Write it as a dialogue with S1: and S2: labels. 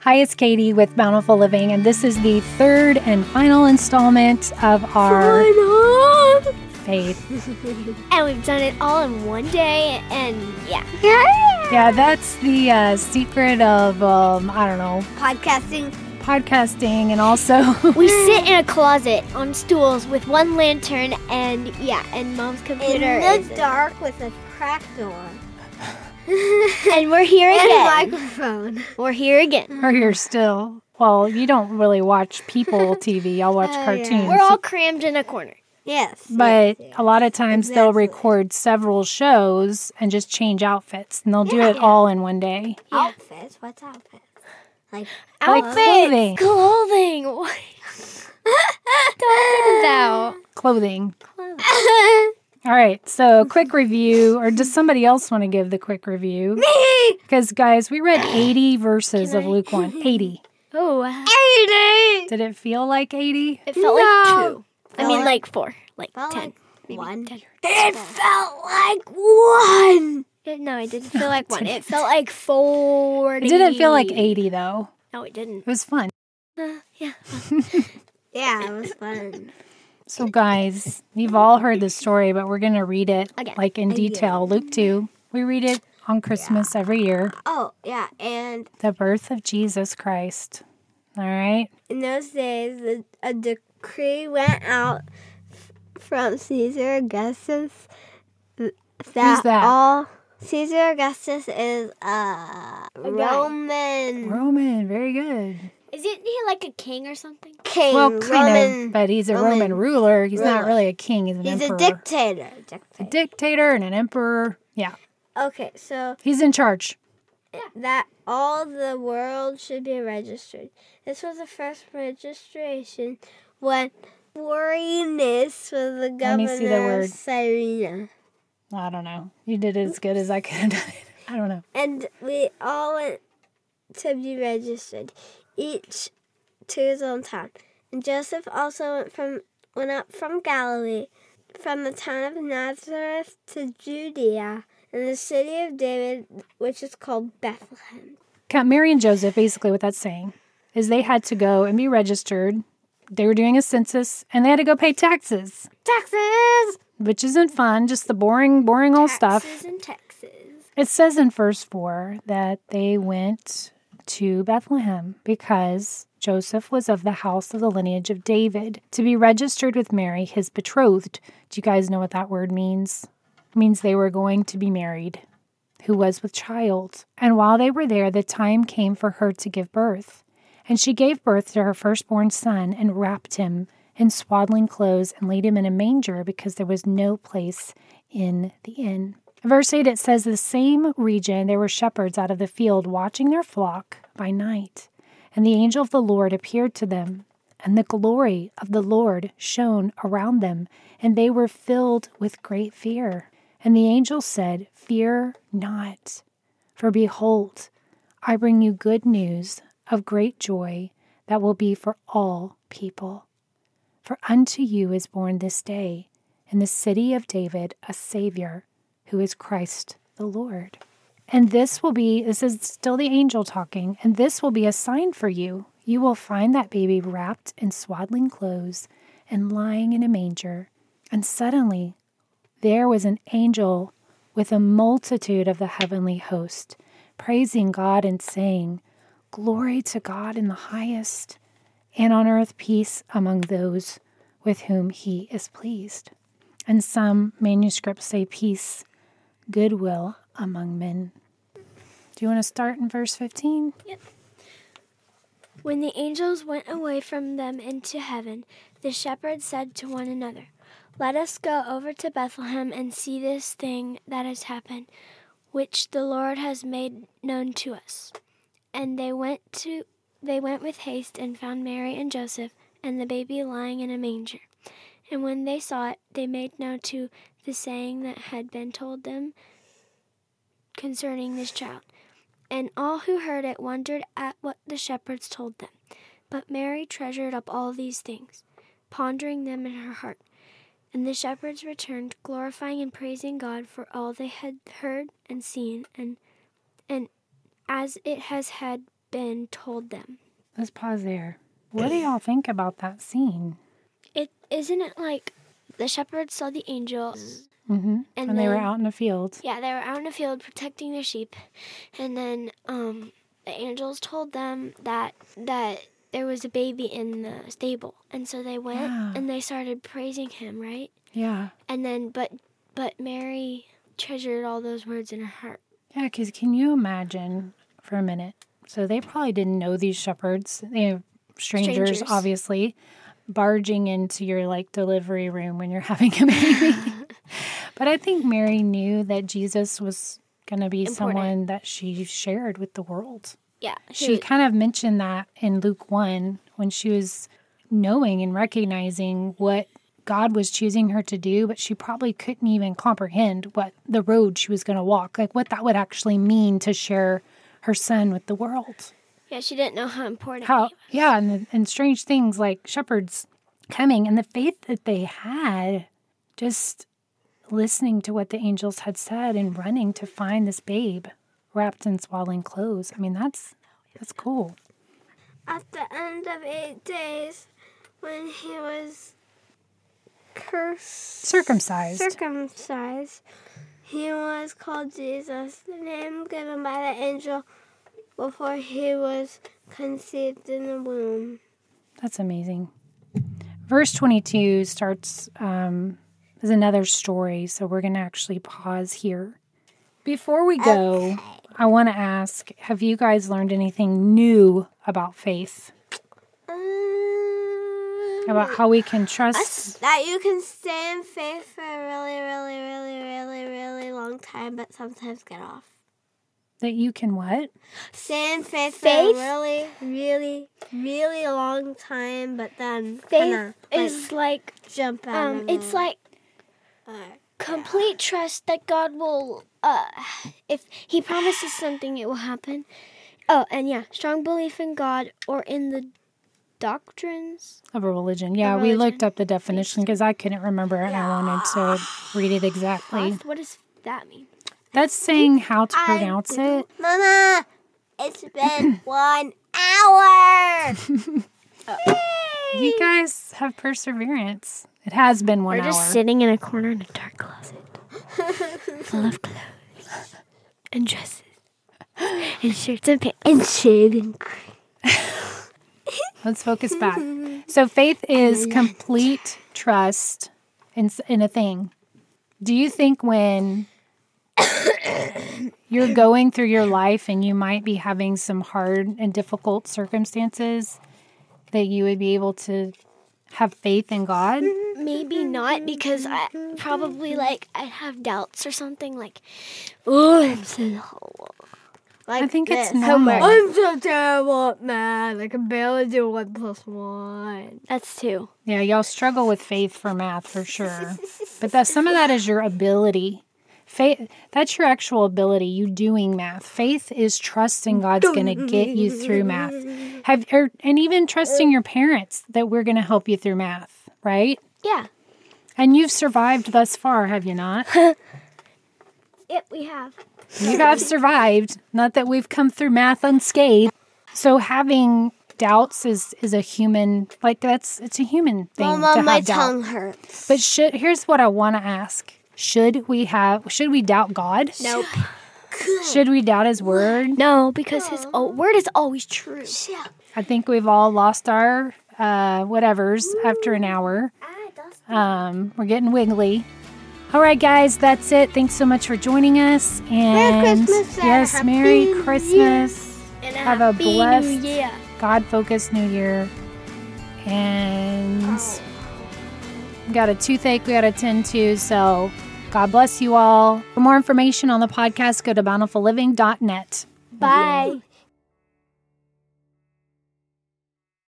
S1: Hi, it's Katie with Bountiful Living, and this is the third and final installment of our faith.
S2: And we've done it all in one day, and yeah.
S1: Yeah, that's the uh, secret of, um, I don't know,
S3: Podcasting.
S1: podcasting and also
S2: We sit in a closet on stools with one lantern, and yeah, and mom's
S3: In
S2: computer. is
S3: the dark with a crack door.
S2: And we're here
S3: And a
S2: again.
S3: microphone.
S2: We're here again.
S1: are here still. Well, you don't really watch people TV, y'all watch
S3: Oh, yeah.
S1: cartoons.
S2: Uh, We're all crammed in a corner.
S3: Yes.
S1: But a lot of times they'll
S3: Exactly.
S1: record several shows and just change outfits, and they'll do it all in one day.
S3: outfits. What's outfits? Like
S1: Like clothing,
S2: Clothing. Don't put it out.
S1: clothing. All right, so quick review, or does somebody else want to give the quick review?
S3: me.
S1: Because guys, we read 80 verses of Luke 1. 80.
S2: Oh, wow.
S3: Eighty.
S1: Did it feel like 80?
S2: it felt like two. I
S3: Felt
S2: mean,
S3: like-
S2: like four, like
S3: Felt
S2: ten.
S3: like one. It felt like one.
S2: It- no, it didn't feel like one. It felt like four.
S1: It didn't feel like 80 though.
S2: No, it didn't. Uh,
S1: It was fun.
S2: Yeah.
S3: Yeah, it was fun.
S1: So guys, you've all heard the story, but we're going to read it
S2: Again.
S1: like in detail. Luke 2. We read it on Christmas every year.
S3: oh yeah, and
S1: The birth of Jesus Christ. All right.
S3: in those days, the, a decree went out f- from Caesar Augustus th- that,
S1: that?
S3: all Caesar Augustus is a, Roman
S1: Roman, very good.
S2: Isn't he like a king or something?
S3: king.
S1: Well, kind
S3: Roman.
S1: of, but he's a Roman,
S3: Roman
S1: ruler. He's not
S3: ruler.
S1: really a king, he's an
S3: He's
S1: emperor.
S3: a dictator. dictator.
S1: dictator and an emperor. Yeah.
S3: Okay, so
S1: He's in charge.
S3: that all the world should be registered. This was the first registration when Vorenus was the
S1: Let me
S3: governor
S1: see the word.
S3: of Cyrena.
S1: I don't know. You did as good as I could have done it. I don't know.
S3: And we all went to be registered, each to his own town. And Joseph also went from went up from Galilee, from the town of Nazareth to Judea, and the city of David, which is called Bethlehem.
S1: Count Mary and Joseph, basically what that's saying is they had to go and be registered. They were doing a census and they had to go pay taxes,
S3: Texas.
S1: which isn't fun, just the boring, boring old stuff.
S3: Texas and Texas.
S1: It says in verse 4 that they went to Bethlehem because Joseph was of the house of the lineage of David to be registered with Mary, his betrothed. Do you guys know what that word means? It means they were going to be married, who was with child. And while they were there, the time came for her to give birth. And she gave birth to her firstborn son and wrapped him in swaddling clothes and laid him in a manger because there was no place in the inn. In Verse 8 it says, The same region there were shepherds out of the field watching their flock by night. And the angel of the Lord appeared to them, and the glory of the Lord shone around them, and they were filled with great fear. And the angel said, Fear not, for behold, I bring you good news of great joy that will be for all people. For unto you is born this day in the city of David a Savior, who is Christ the Lord. And this will be, this is still the angel talking, and this will be a sign for you. You will find that baby wrapped in swaddling clothes and lying in a manger. And suddenly there was an angel with a multitude of the heavenly host, praising God and saying, Glory to God in the highest, and on earth peace among those with whom he is pleased. And some manuscripts say peace, goodwill among men. Do you want to start in verse 15?
S4: When the angels went away from them into heaven, the shepherds said to one another, Let us go over to Bethlehem and see this thing that has happened, which the Lord has made known to us. And they went to they went with haste and found Mary and Joseph and the baby lying in a manger. And when they saw it, they made known to the saying that had been told them concerning this child. And all who heard it wondered at what the shepherds told them. But Mary treasured up all these things, pondering them in her heart. And the shepherds returned, glorifying and praising God for all they had heard and seen, and, and as it has had been told them.
S1: Let's pause there. What do y'all think about that scene?
S4: It isn't it like the shepherds saw the angels
S1: Mm-hmm.
S4: and,
S1: And, they were
S4: then-
S1: out in a field.
S4: Yeah, they were out in a field protecting their sheep, and then um, the angels told them that that there was a baby in the stable, and so they went
S1: Yeah.
S4: and they started praising him, right?
S1: Yeah.
S4: And then, but but Mary treasured all those words in her heart.
S1: Yeah, because can you imagine for a minute? So they probably didn't know these shepherds, they were strangers,
S4: Strangers.
S1: obviously, barging into your like delivery room when you're having a baby. but I think Mary knew that Jesus was going to be
S4: Important.
S1: someone that she shared with the world.
S4: Yeah,
S1: She kind of mentioned that in Luke 1 when she was knowing and recognizing what God was choosing her to do, but she probably couldn't even comprehend what the road she was going to walk, like what that would actually mean to share her son with the world.
S4: yeah, she didn't know how important.
S1: How, yeah, and, and strange things like shepherds coming and the faith that they had just listening to what the angels had said and running to find this babe wrapped in swaddling clothes. I mean, that's that's cool.
S3: At the end of eight days, when he was cursed,
S1: circumcised.
S3: circumcised, he was called Jesus, the name given by the angel before he was conceived in the womb.
S1: That's amazing. Verse 22 starts um, as another story, so we're going to actually pause here. Before we go, I want to ask Have you guys learned anything new about faith?
S3: Um,
S1: About how we can trust?
S3: that you can stay in faith for a really, really, really, really, really long time, but sometimes get off.
S1: That you can what?
S3: Stay in faith,
S2: Faith?
S3: for a really, really, really long time, but then
S2: Faith
S3: kinda, like,
S4: is like
S3: jump out.
S4: um,
S3: of
S4: it's
S3: it.
S4: like
S3: Alright.
S4: complete trust that God will, uh, if He promises something, it will happen. Oh, and yeah, strong belief in God or in the doctrines.
S1: Of a religion. Yeah, we looked up the definition because I couldn't remember it and I wanted to read it exactly.
S4: Faith, What does that mean?
S1: That's saying how to pronounce it.
S3: Mama, it's been one hour.
S1: You guys have perseverance. It has been one
S4: We're
S1: hour.
S4: just sitting in a corner in a dark closet full of clothes and dresses and shirts and pants.
S3: and shaving cream.
S1: Let's focus back. So faith is complete trust in s- in a thing. Do you think when you're going through your life and you might be having some hard and difficult circumstances that you would be able to have faith in God?
S4: Maybe not because I probably like I have doubts or something like, oh, I'm so horrible."
S3: Like
S1: I think it's
S3: this.
S1: normal.
S3: I'm so terrible at math. I can barely do one plus one.
S4: That's two.
S1: Yeah, y'all struggle with faith for math for sure. But that some of that is your ability. Faith that's your actual ability, you doing math. Faith is trusting God's gonna get you through math. Have or, and even trusting your parents that we're gonna help you through math, right?
S4: Yeah.
S1: And you've survived thus far, have you not?
S4: It we have.
S1: you have survived. Not that we've come through math unscathed. So having doubts is is a human like that's it's a human thing to
S3: Mama,
S1: have
S3: my
S1: doubt.
S3: tongue hurts.
S1: But should here's what I want to ask: Should we have? Should we doubt God?
S4: Nope.
S1: Should we doubt His word?
S4: No, Oh, because his o- word is always true.
S1: I think we've all lost our uh, whatever's after an hour. Um, we're getting wiggly. All right, guys, that's it. Thanks so much for joining us. And
S3: Christmas and
S1: yes,
S3: Happy New
S1: Merry
S3: Year.
S1: Christmas.
S4: And
S1: Have a blessed-
S4: New Year.
S1: God-focused New Year. And got a toothache we got to tend to. So God bless you all. For more information on the podcast, go to bountifulliving.net.
S4: Bye.